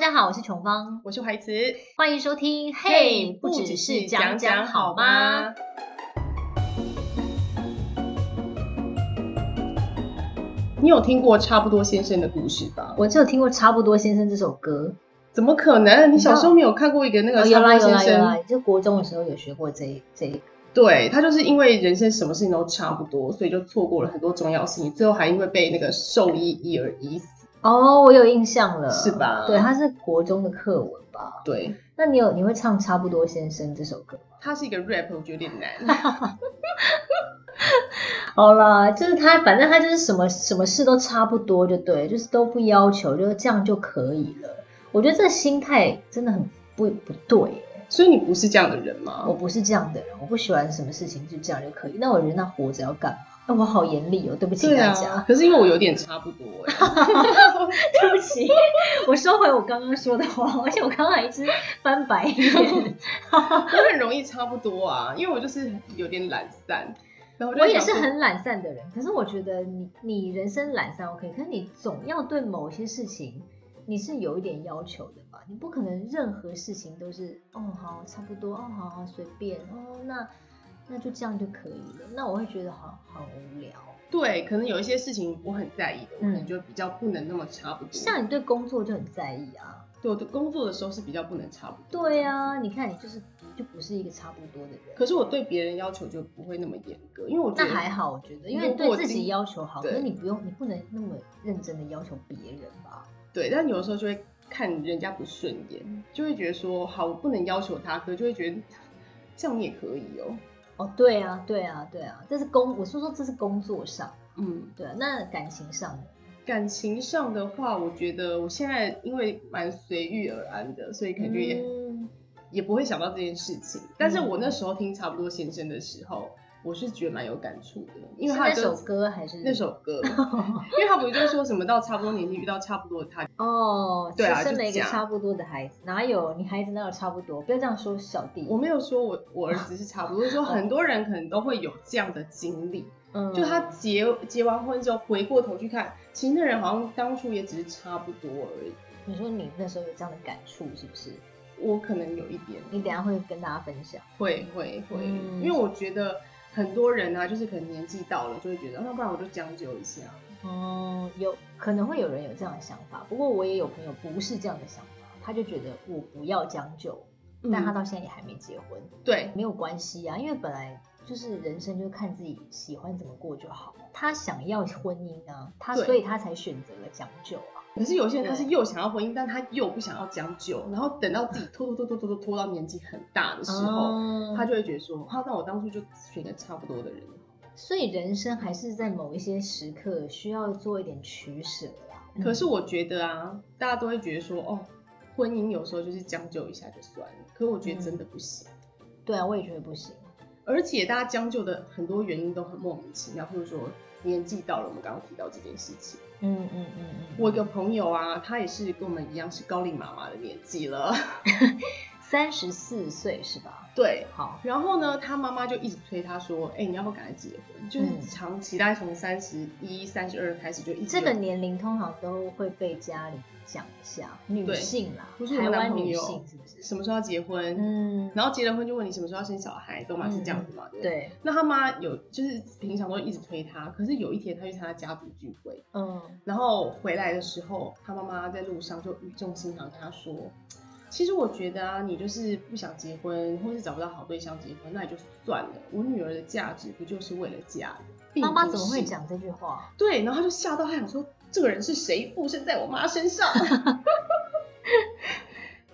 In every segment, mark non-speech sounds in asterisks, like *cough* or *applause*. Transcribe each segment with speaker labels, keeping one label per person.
Speaker 1: 家好，我是琼芳，
Speaker 2: 我是怀慈。
Speaker 1: 欢迎收听。嘿，不只是讲讲好吗？？
Speaker 2: 你有听过《差不多先生》的故事吧？
Speaker 1: 我只有听过《差不多先生》这首歌，
Speaker 2: 怎么可能？你小时候没有看过一个那个
Speaker 1: 哦
Speaker 2: 《
Speaker 1: 有
Speaker 2: 差不
Speaker 1: 啦
Speaker 2: 多
Speaker 1: 有
Speaker 2: 先
Speaker 1: 啦有
Speaker 2: 生》
Speaker 1: 啦，就国中的时候有学过这一这一个。
Speaker 2: 对他就是因为人生什么事情都差不多，所以就错过了很多重要事情，最后还因为被那个兽医医而医死。
Speaker 1: 哦，我有印象了，
Speaker 2: 是吧
Speaker 1: 对，它是国中的课文吧？
Speaker 2: 对，
Speaker 1: 那你有你会唱《差不多先生》这首歌吗？
Speaker 2: 他是一个 rap，我觉得有点
Speaker 1: *laughs*
Speaker 2: 难。
Speaker 1: 好啦，就是他，反正他就是什么什么事都差不多，就对，就是都不要求，就是这样就可以了。我觉得这心态真的很不不对。
Speaker 2: 所以你不是这样的人
Speaker 1: 我
Speaker 2: 吗？
Speaker 1: 不是这样的人，我不喜欢什么事情就这样就可以。那我人那活着要干嘛？那我好严厉哦，对不起
Speaker 2: 对
Speaker 1: 大
Speaker 2: 啊
Speaker 1: 家，， *laughs*
Speaker 2: 可是因为我有点差不多、欸，
Speaker 1: 对不起， *laughs* 我收回我刚刚说的话，而且我刚刚还一直翻白眼。
Speaker 2: *laughs* 我很容易差不多啊，因为我就是有点懒散。然后就
Speaker 1: 我也
Speaker 2: 想
Speaker 1: 是
Speaker 2: 说
Speaker 1: 很懒散的人，可是我觉得你你人生懒散 OK，可是你总要对某些事情你是有一点要求的吧？你不可能任何事情都是哦好差不多哦好好随便哦那那就这样就可以了，那我会觉得好好无聊。
Speaker 2: 对，可能有一些事情我很在意的，我可能
Speaker 1: 嗯
Speaker 2: 就比较不能那么差不多。
Speaker 1: 像你对工作就很在意啊，
Speaker 2: 对我的工作的时候是比较不能差不多。
Speaker 1: 对。啊，你看你就是就不是一个差不多的人，
Speaker 2: 可是我对别人要求就不会那么严格，因为我觉
Speaker 1: 那
Speaker 2: 得
Speaker 1: 还好，我觉得，因
Speaker 2: 如
Speaker 1: 为你
Speaker 2: 果
Speaker 1: 对自
Speaker 2: 今
Speaker 1: 己要求好，可是
Speaker 2: 对
Speaker 1: 你不用，你不能那么认真的要求别人吧？
Speaker 2: 对，但有的时候就会看人家不顺眼，就会觉得说好，我不能要求他，可就会觉得这样你也可以哦。
Speaker 1: 哦，对啊，对啊，对啊，这是工，我是说这是工作上，
Speaker 2: 嗯，
Speaker 1: 对啊，那感情上呢，
Speaker 2: 感情上的话，我觉得我现在因为蛮随遇而安的，所以感觉也、
Speaker 1: 嗯
Speaker 2: 也不会想到这件事情。但是我那时候听差不多先生的时候，我是觉得蛮有感触的，因为
Speaker 1: 是
Speaker 2: 他
Speaker 1: 那
Speaker 2: 的
Speaker 1: 首
Speaker 2: 歌
Speaker 1: 歌还是
Speaker 2: 那首
Speaker 1: *laughs*
Speaker 2: 歌，因为他不就说什么到差不多年纪遇到差不多的他，
Speaker 1: 哦，
Speaker 2: 对啊
Speaker 1: 是生
Speaker 2: 就
Speaker 1: 了一个
Speaker 2: 讲
Speaker 1: 差不多的孩子，哪有你孩子哪有差不多？不要这样说小弟，
Speaker 2: 我没有说我我儿子是差不多，我是说很多人可能都会有这样的经历，
Speaker 1: 哦嗯
Speaker 2: 就他结结完婚之后回过头去看，其实那人好像当初也只是差不多而已。
Speaker 1: 你说你那时候有这样的感触是不是？
Speaker 2: 我可能有一点
Speaker 1: 你等一下会跟大家分享。
Speaker 2: 会会会，
Speaker 1: 嗯
Speaker 2: 因为我觉得很多人啊，就是可能年纪到了就会觉得，啊那不然我就将就一下。
Speaker 1: 哦，有可能会有人有这样的想法，不过我也有朋友不是这样的想法，他就觉得我不要将就，但他
Speaker 2: 嗯、
Speaker 1: 到现在也还没结婚，
Speaker 2: 对
Speaker 1: 没有关系啊，因为本来就是人生就看自己喜欢怎么过就好。他想要婚姻啊，他
Speaker 2: 对
Speaker 1: 所以他才选择了将就啊。
Speaker 2: 可是有些人他是又想要婚姻，但他又不想要将就，然后等到自己拖拖拖拖拖拖拖到年纪很大的时候，
Speaker 1: 哦
Speaker 2: 他就会觉得说，哈、那我当初就选个差不多的人。
Speaker 1: 所以人生还是在某一些时刻需要做一点取舍啦。
Speaker 2: 可是
Speaker 1: 嗯
Speaker 2: 我觉得啊，大家都会觉得说，哦，婚姻有时候就是将就一下就算了，可我
Speaker 1: 嗯
Speaker 2: 觉得真的不行。
Speaker 1: 对啊，我也觉得不行。
Speaker 2: 而且大家将就的很多原因都很莫名其妙，譬如说年纪到了，我们刚刚提到这件事情。
Speaker 1: 嗯嗯嗯嗯，
Speaker 2: 我有个朋友啊，他也是跟我们一样是高龄妈妈的年纪了， *laughs*
Speaker 1: 三十四岁是吧？
Speaker 2: 对。
Speaker 1: 好，
Speaker 2: 然后呢，他妈妈就一直催他说：“哎、你要不要赶快结婚？”就是
Speaker 1: 嗯
Speaker 2: 长期，大概从三十一、三十二开始就一直
Speaker 1: 这
Speaker 2: 有
Speaker 1: 个年龄通常都会被家里讲一下，女性啦
Speaker 2: 不，是我
Speaker 1: 台
Speaker 2: 们男
Speaker 1: 湾
Speaker 2: 朋
Speaker 1: 女
Speaker 2: 友
Speaker 1: 性是不是？
Speaker 2: 什么时候要结婚，
Speaker 1: 嗯，
Speaker 2: 然后结了婚就问你什么时候要生小孩，懂吗？是这样子嘛，对不对？
Speaker 1: 对，
Speaker 2: 那他妈有就是平常都一直催他，可是有一天他去参加家族聚会，
Speaker 1: 嗯，
Speaker 2: 然后回来的时候，他妈妈在路上就语重心长跟他说：“其实我觉得啊，你就是不想结婚，或是找不到好对象结婚，那也就算了。我女儿的价值不就是为了家人？
Speaker 1: 妈妈
Speaker 2: 并不
Speaker 1: 怎么会
Speaker 2: 是？
Speaker 1: 讲这句话？
Speaker 2: 对，然后他就吓到，他想说这个人是谁附身在我妈身上？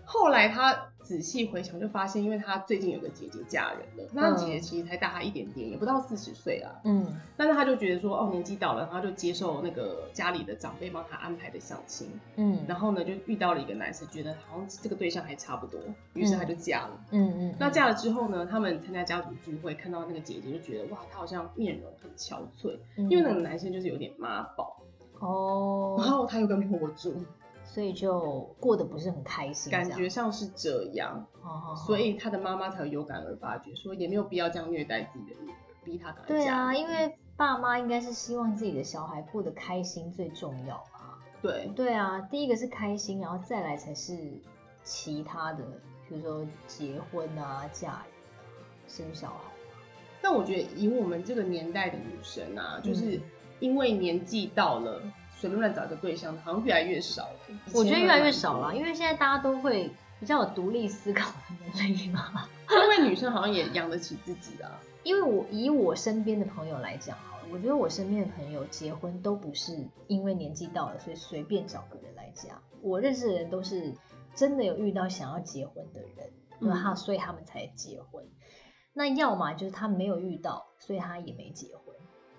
Speaker 1: *laughs*
Speaker 2: 后来他仔细回想，就发现，因为他最近有个姐姐嫁人了，那她姐姐其实才大他一点点，也不到四十岁啦。
Speaker 1: 嗯，
Speaker 2: 但是他就觉得说，哦，年纪到了，然后就接受那个家里的长辈帮他安排的相亲，
Speaker 1: 嗯，
Speaker 2: 然后呢，就遇到了一个男生，觉得好像这个对象还差不多，于是他就嫁了。
Speaker 1: 嗯嗯，
Speaker 2: 那嫁了之后呢，他们参加家族聚会，看到那个姐姐就觉得，哇，她好像面容很憔悴，
Speaker 1: 嗯，
Speaker 2: 因为那个男生就是有点妈宝，然
Speaker 1: 哦，
Speaker 2: 后他又跟婆住，
Speaker 1: 所以就过得不是很开心，
Speaker 2: 感
Speaker 1: 这
Speaker 2: 觉
Speaker 1: 样，
Speaker 2: 像是这样，
Speaker 1: 哦
Speaker 2: 所。以他的妈妈才有感而发，觉说也没有必要这样虐待自己的女儿，逼她赶快
Speaker 1: 对啊
Speaker 2: 嫁。
Speaker 1: 啊，因为爸妈应该是希望自己的小孩过得开心最重要吧。
Speaker 2: 对，
Speaker 1: 对啊，第一个是开心，然后再来才是其他的，比如说结婚啊、嫁人啊、生小孩。
Speaker 2: 但我觉得以我们这个年代的女生啊，就是
Speaker 1: 嗯
Speaker 2: 因为年纪到了，随便乱找一个对象好像越来越少了。
Speaker 1: 我觉得越来越少了，
Speaker 2: 了，
Speaker 1: 因为现在大家都会比较有独立思考的能力嘛。
Speaker 2: 因为女生好像也养得起自己啊。
Speaker 1: 因为我以我身边的朋友来讲好了，我觉得我身边的朋友结婚都不是因为年纪到了，所以随便找个人来嫁。我认识的人都是真的有遇到想要结婚的人，
Speaker 2: 嗯
Speaker 1: 那、他所以他们才结婚。那要么就是他没有遇到，所以他也没结婚。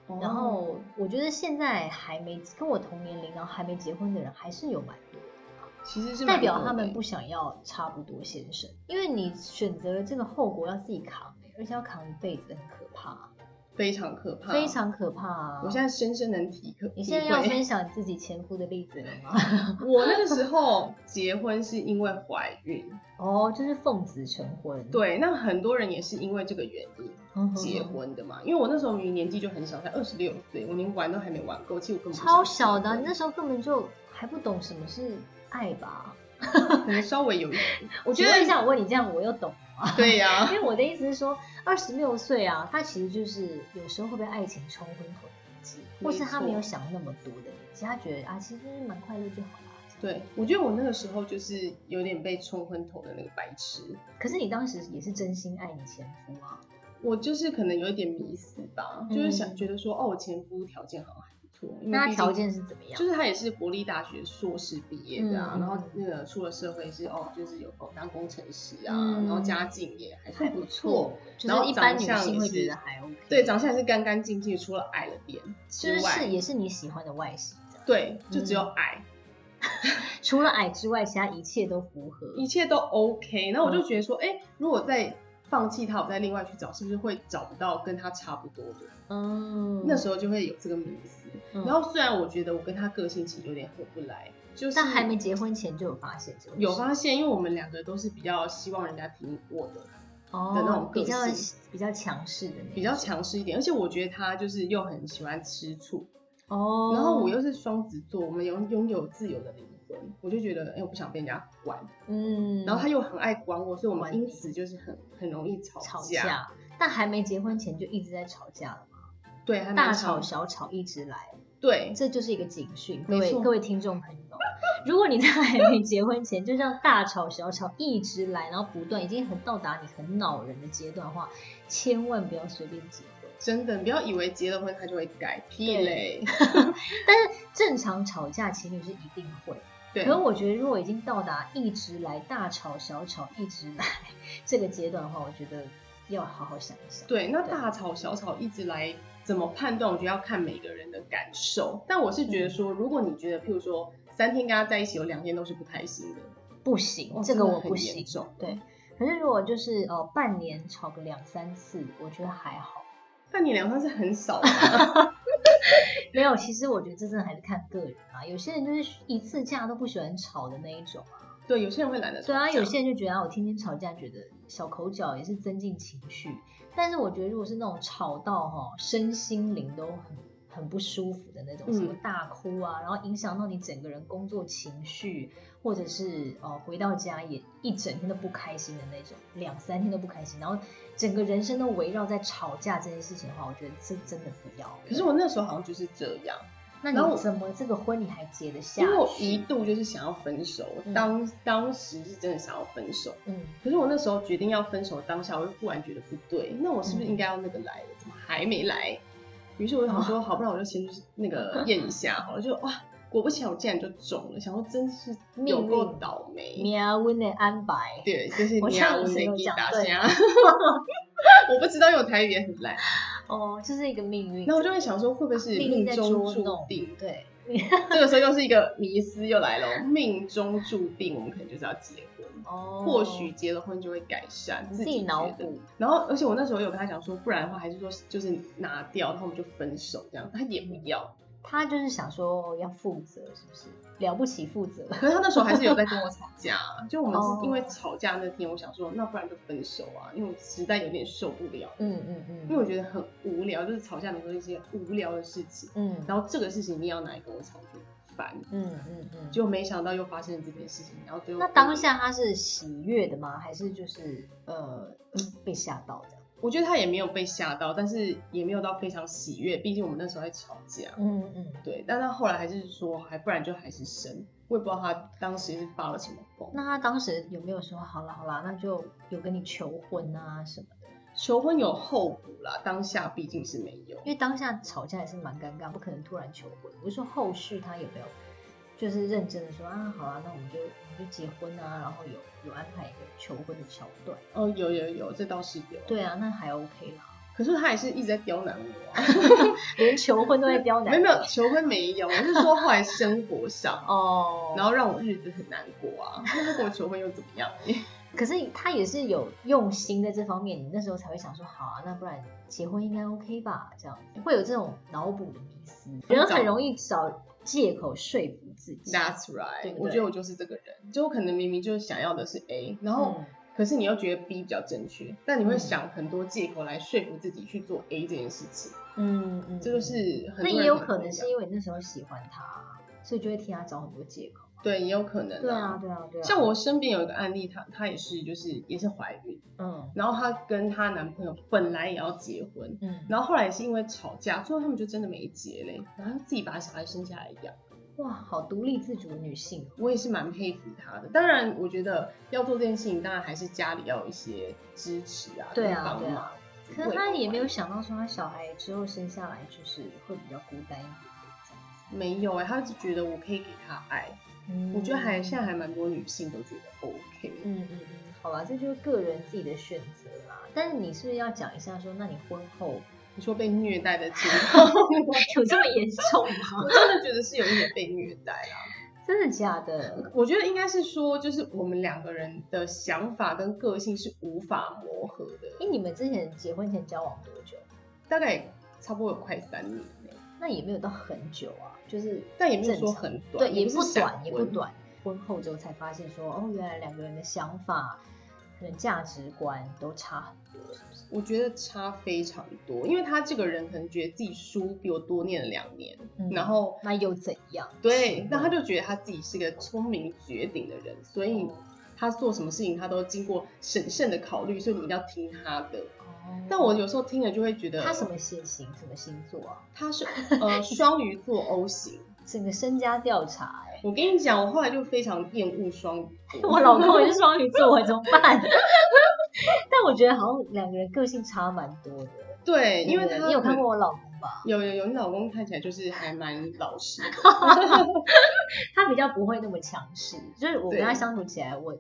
Speaker 2: 哦
Speaker 1: 然后我觉得现在还没跟我同年龄，然后还没结婚的人还是有蛮多的。
Speaker 2: 其实是蛮
Speaker 1: 代表
Speaker 2: 多
Speaker 1: 他们
Speaker 2: 的
Speaker 1: 不想要差不多先生，因为你选择了这个后果要自己扛、欸，而且要扛一辈子，很可怕、
Speaker 2: 非常可怕，
Speaker 1: 非。常可怕、啊。
Speaker 2: 嗯我现在深深能体可，
Speaker 1: 你现在
Speaker 2: 体
Speaker 1: 要
Speaker 2: 会
Speaker 1: 分享自己前夫的例子了吗？ *laughs*
Speaker 2: 我那个时候结婚是因为怀孕，
Speaker 1: 哦，就是奉子成婚，
Speaker 2: 对，那很多人也是因为这个原因
Speaker 1: 嗯，
Speaker 2: 结
Speaker 1: 嗯嗯
Speaker 2: 婚的嘛。因为我那时候明明年纪就很小，才二十六岁，我连玩都还没玩够，其实我根本不
Speaker 1: 超
Speaker 2: 想
Speaker 1: 小的啊、
Speaker 2: 结
Speaker 1: 你
Speaker 2: 婚
Speaker 1: 那时候根本就还不懂什么是爱吧？
Speaker 2: 可能 *laughs* 稍微有
Speaker 1: *laughs*
Speaker 2: 一点。我觉
Speaker 1: 请问一
Speaker 2: 得
Speaker 1: 下，我问你这样，我又懂了吗？
Speaker 2: 对呀、
Speaker 1: 因为我的意思是说，二十六岁啊，他其实就是有时候会被爱情冲昏头的年纪，或是他没有想那么多的年纪，他觉得啊，其实蛮快乐就好啦。
Speaker 2: 对，我觉得我那个时候就是有点被冲昏头的那个白痴，
Speaker 1: 可是你当时也是真心爱你前夫啊，
Speaker 2: 我就是可能有一点迷思吧，就是想
Speaker 1: 嗯
Speaker 2: 觉得说，哦，我前夫条件好像还不错，因为
Speaker 1: 那
Speaker 2: 毕
Speaker 1: 他
Speaker 2: 竟
Speaker 1: 条件是怎么样
Speaker 2: 就？是他也是国立大学硕士毕业的啊，
Speaker 1: 嗯
Speaker 2: 然后那个出了社会是哦，就是有哦当工程师啊，
Speaker 1: 嗯
Speaker 2: 然后家境也还算不错，，
Speaker 1: 就
Speaker 2: 然后
Speaker 1: 是一般
Speaker 2: 长
Speaker 1: 女
Speaker 2: 相
Speaker 1: 性
Speaker 2: 也
Speaker 1: 会觉
Speaker 2: 是
Speaker 1: 得还 OK。
Speaker 2: 对，长相也是干干净净，除了矮了点
Speaker 1: 就是
Speaker 2: 之
Speaker 1: 嗯
Speaker 2: 外，
Speaker 1: 是也是你喜欢的外形，
Speaker 2: 对，就只有矮，
Speaker 1: 除了矮之外，其他一切都符合。
Speaker 2: 一切都 OK。然后我
Speaker 1: 嗯
Speaker 2: 就觉得说，哎、如果再放弃他，我再另外去找，是不是会找不到跟他差不多的？
Speaker 1: 嗯，
Speaker 2: 那时候就会有这个迷思。
Speaker 1: 嗯
Speaker 2: 然后虽然我觉得我跟他个性其实有点合不来，就是
Speaker 1: 但还没结婚前就有发现这个事，
Speaker 2: 有发现，因为我们两个都是比较希望人家挺我的，
Speaker 1: 哦
Speaker 2: 的那种个
Speaker 1: 比较
Speaker 2: 性
Speaker 1: 比较强势的那种，
Speaker 2: 比较强势一点，而且我觉得他就是又很喜欢吃醋，
Speaker 1: 哦。
Speaker 2: 然后我又是双子座，我们拥拥有自由的灵魂，我就觉得哎、我不想被人家管，
Speaker 1: 嗯，
Speaker 2: 然后他又很爱管我，所以我们
Speaker 1: 管
Speaker 2: 因此就是很很容易吵
Speaker 1: 吵架，但还没结婚前就一直在吵架了嘛，
Speaker 2: 对，还蛮
Speaker 1: 大吵小吵一直来，
Speaker 2: 对，
Speaker 1: 这就是一个警讯，各
Speaker 2: 没
Speaker 1: 位
Speaker 2: 错
Speaker 1: 各位听众朋友，如果你在还没结婚前就这样大吵小吵一直来，然后不断已经很到达你很恼人的阶段的话，千万不要随便结婚。
Speaker 2: 真的，你不要以为结了婚他就会改，屁
Speaker 1: 对
Speaker 2: 嘞，
Speaker 1: 正常吵架情侣是一定会，
Speaker 2: 对
Speaker 1: 可，是我觉得如果已经到达一直来大吵小吵一直来 *laughs* 这个阶段的话，我觉得要好好想一想。
Speaker 2: 对，那
Speaker 1: 对
Speaker 2: 大吵小吵一直来怎么判断？我觉得要看每个人的感受。但我是
Speaker 1: 嗯
Speaker 2: 觉得说，如果你觉得，譬如说三天跟他在一起，有两天都是不开心的，
Speaker 1: 不行，
Speaker 2: 哦
Speaker 1: 这个
Speaker 2: 真的
Speaker 1: 我
Speaker 2: 很
Speaker 1: 不
Speaker 2: 严
Speaker 1: 行
Speaker 2: 重。
Speaker 1: 对，可是如果就是哦、呃半年吵个两三次，我觉得还好。
Speaker 2: 但你两天是很
Speaker 1: *laughs*
Speaker 2: 少吧？
Speaker 1: 没有，其实我觉得这真的还是看个人啊。有些人就是一次架都不喜欢吵的那一种啊。
Speaker 2: 对，有些人会懒得吵
Speaker 1: 对啊，
Speaker 2: 架
Speaker 1: 有些人就觉得啊，我天天吵架，觉得小口角也是增进情绪。但是我觉得如果是那种吵到哈、身心灵都很很不舒服的那种，
Speaker 2: 嗯
Speaker 1: 什么大哭啊，然后影响到你整个人工作情绪，或者是哦回到家也一整天都不开心的那种，两三天都不开心，然后整个人生都围绕在吵架这件事情的话，我觉得这真的不要。
Speaker 2: 可是我那时候好像就是这样，
Speaker 1: 那
Speaker 2: 然后
Speaker 1: 你怎么这个婚你还结得下
Speaker 2: 因为我
Speaker 1: 去？
Speaker 2: 一度就是想要分手，
Speaker 1: 嗯
Speaker 2: 当当时是真的想要分手。
Speaker 1: 嗯，
Speaker 2: 可是我那时候决定要分手，当下我又忽然觉得不对，那我是
Speaker 1: 嗯
Speaker 2: 不是应该要那个来了？怎么还没来？于是我就想
Speaker 1: 哦
Speaker 2: 说，好，不然我就先去那个验
Speaker 1: *laughs*
Speaker 2: 一下好了。就哇，果不其然，我竟然就中了，想说真是有够倒
Speaker 1: *laughs*
Speaker 2: 霉。
Speaker 1: 喵温的安排，
Speaker 2: 对，就是
Speaker 1: 我
Speaker 2: 你
Speaker 1: 差
Speaker 2: 啊，
Speaker 1: 点
Speaker 2: 我
Speaker 1: 没
Speaker 2: 没
Speaker 1: 有
Speaker 2: 给
Speaker 1: 讲
Speaker 2: 打
Speaker 1: 对
Speaker 2: 虾。 *laughs* 我不知道，因为我台语也很
Speaker 1: *laughs*
Speaker 2: 烂。
Speaker 1: 哦，这是一个命运。
Speaker 2: 然后我就会想说，会不会是
Speaker 1: 命运在
Speaker 2: 中
Speaker 1: 捉
Speaker 2: 注
Speaker 1: 弄
Speaker 2: 定？
Speaker 1: 对，
Speaker 2: 这个时候又是一个迷思又来了，命中注定我们可能就是要结婚，
Speaker 1: 哦，
Speaker 2: 或许结了婚就会改善，
Speaker 1: 你
Speaker 2: 自
Speaker 1: 自
Speaker 2: 己
Speaker 1: 己
Speaker 2: 觉
Speaker 1: 脑
Speaker 2: 得
Speaker 1: 补，
Speaker 2: 然后，而且我那时候有跟他讲说，不然的话还是说就是拿掉，然后我们就分手这样。他也不要，
Speaker 1: 他就是想说哦要负责，是不是？了不起负责，
Speaker 2: 可是他那时候还是有在跟我吵架啊。就我们
Speaker 1: 哦
Speaker 2: 是因为吵架那天，我想说那不然就分手啊，因为我实在有点受不了，
Speaker 1: 嗯嗯
Speaker 2: 因为
Speaker 1: 嗯
Speaker 2: 我觉得很无聊，就是吵架能够一些无聊的事情。
Speaker 1: 嗯，
Speaker 2: 然后这个事情你要拿来跟我吵，烦，
Speaker 1: 嗯嗯嗯，
Speaker 2: 就没想到又发生了这件事情，然后最后
Speaker 1: 那当下他是喜悦的吗？还是就是嗯
Speaker 2: 呃，
Speaker 1: 被吓到的？
Speaker 2: 我觉得他也没有被吓到，但是也没有到非常喜悦，毕竟我们那时候在吵架，
Speaker 1: 嗯嗯。
Speaker 2: 对，但他后来还是说，还不然就还是生，我也不知道他当时是发了什么疯。
Speaker 1: 那他当时有没有说好了好了，那就有跟你求婚啊什么的？
Speaker 2: 求婚有后补啦，当下毕竟是没有。
Speaker 1: 因为当下吵架也是蛮尴尬，不可能突然求婚。我是说后续他有没有就是认真的说啊好啊，那我们就我们就结婚啊，然后有有安排一个求婚的桥段。
Speaker 2: 哦，有有有，这倒是有。，
Speaker 1: 对啊，那还 OK 啦，
Speaker 2: 可是他也是一直在刁难我、
Speaker 1: *laughs*
Speaker 2: 啊，
Speaker 1: 连求婚都在刁难
Speaker 2: 没有
Speaker 1: 你。
Speaker 2: 没有，求婚没有，我是说后来生活上，
Speaker 1: 哦，
Speaker 2: 然后让我日子很难过啊。 *laughs* 那跟我求婚又怎么样？
Speaker 1: 可是他也是有用心在这方面，你那时候才会想说，好啊，那不然结婚应该 OK 吧？这样会有这种脑补的迷思，
Speaker 2: 嗯
Speaker 1: 人很容易找借口说服自己。
Speaker 2: That's
Speaker 1: 对
Speaker 2: right，
Speaker 1: 不对
Speaker 2: 我觉得我就是这个人，就我可能明明就是想要的是 A，然后、
Speaker 1: 嗯
Speaker 2: 可是你又觉得 B 比较正确，但你会
Speaker 1: 嗯
Speaker 2: 想很多借口来说服自己去做 A 这件事情，
Speaker 1: 嗯嗯，
Speaker 2: 这就是
Speaker 1: 那
Speaker 2: 很多人
Speaker 1: 也有可
Speaker 2: 会
Speaker 1: 能
Speaker 2: 这
Speaker 1: 是
Speaker 2: 样
Speaker 1: 因为你那时候喜欢他，所以就会替他找很多借口。
Speaker 2: 对，也有可能、
Speaker 1: 对啊，。对啊，对啊。
Speaker 2: 像我，身边有一个案例，她她也是就是也是怀孕，
Speaker 1: 嗯
Speaker 2: 然后她跟她男朋友本来也要结婚，
Speaker 1: 嗯，
Speaker 2: 然后后来也是因为吵架，最后他们就真的没结嘞，然后自己把小孩生下来养。
Speaker 1: 哇，好独立自主的女性哦。
Speaker 2: 我也是蛮佩服她的。当然，我觉得要做这件事情，当然还是家里要有一些支持啊，
Speaker 1: 对啊
Speaker 2: 跟帮
Speaker 1: 对
Speaker 2: 忙
Speaker 1: 啊。可是她也没有想到说，她小孩之后生下来就是会比较孤单一点。
Speaker 2: 没有哎、她只觉得我可以给她爱。
Speaker 1: 嗯
Speaker 2: 我觉得还现在还蛮多女性都觉得 OK。
Speaker 1: 嗯嗯嗯，好吧，这就是个人自己的选择啦。但是你是不是要讲一下说，那你婚后
Speaker 2: *laughs* 你说被虐待的情况，
Speaker 1: *laughs* 有这么严重吗？
Speaker 2: 我真的觉得是有一点被虐待啊。
Speaker 1: *laughs* 真的假的？
Speaker 2: 我觉得应该是说，就是我们两个人的想法跟个性是无法磨合
Speaker 1: 哎、
Speaker 2: 的，
Speaker 1: 你们之前结婚前交往多久？
Speaker 2: 大概差不多有快三年了，
Speaker 1: 那也没有到很久啊，就是
Speaker 2: 但也没有
Speaker 1: 正
Speaker 2: 说
Speaker 1: 常
Speaker 2: 很短，
Speaker 1: 对，也不
Speaker 2: 是闪
Speaker 1: 短，也不
Speaker 2: 婚。
Speaker 1: 短。婚后之后才发现说，哦，原来两个人的想法、可能价值观都差很多，是不是？
Speaker 2: 我觉得差非常多，因为他这个人可能觉得自己书比我多念了两年，
Speaker 1: 嗯
Speaker 2: 然后
Speaker 1: 那又怎样？
Speaker 2: 对
Speaker 1: 嗯，
Speaker 2: 那他就觉得他自己是个聪明绝顶的人，所以
Speaker 1: 哦
Speaker 2: 他做什么事情他都经过审慎的考虑，所以你一定要听他的。
Speaker 1: 哦
Speaker 2: 但我有时候听了就会觉得
Speaker 1: 他什么血型、什么星座啊？
Speaker 2: 他
Speaker 1: *laughs*
Speaker 2: 是呃双鱼座 O 型。
Speaker 1: 整个身家调查、
Speaker 2: *laughs*
Speaker 1: 欸，
Speaker 2: 我跟你讲，我后来就非常厌恶双鱼座，
Speaker 1: *laughs* 我老公也是双鱼座，我怎么办？ *laughs* 但我觉得好像两个人个性差蛮多的，
Speaker 2: 对，因为
Speaker 1: 对
Speaker 2: 他
Speaker 1: 你有看
Speaker 2: 很
Speaker 1: 过我老公吧？
Speaker 2: 有有有，你老公看起来就是还蛮老
Speaker 1: *laughs*
Speaker 2: 实的，
Speaker 1: 他比较不会那么强势，就是我跟他
Speaker 2: 对
Speaker 1: 相处起来，我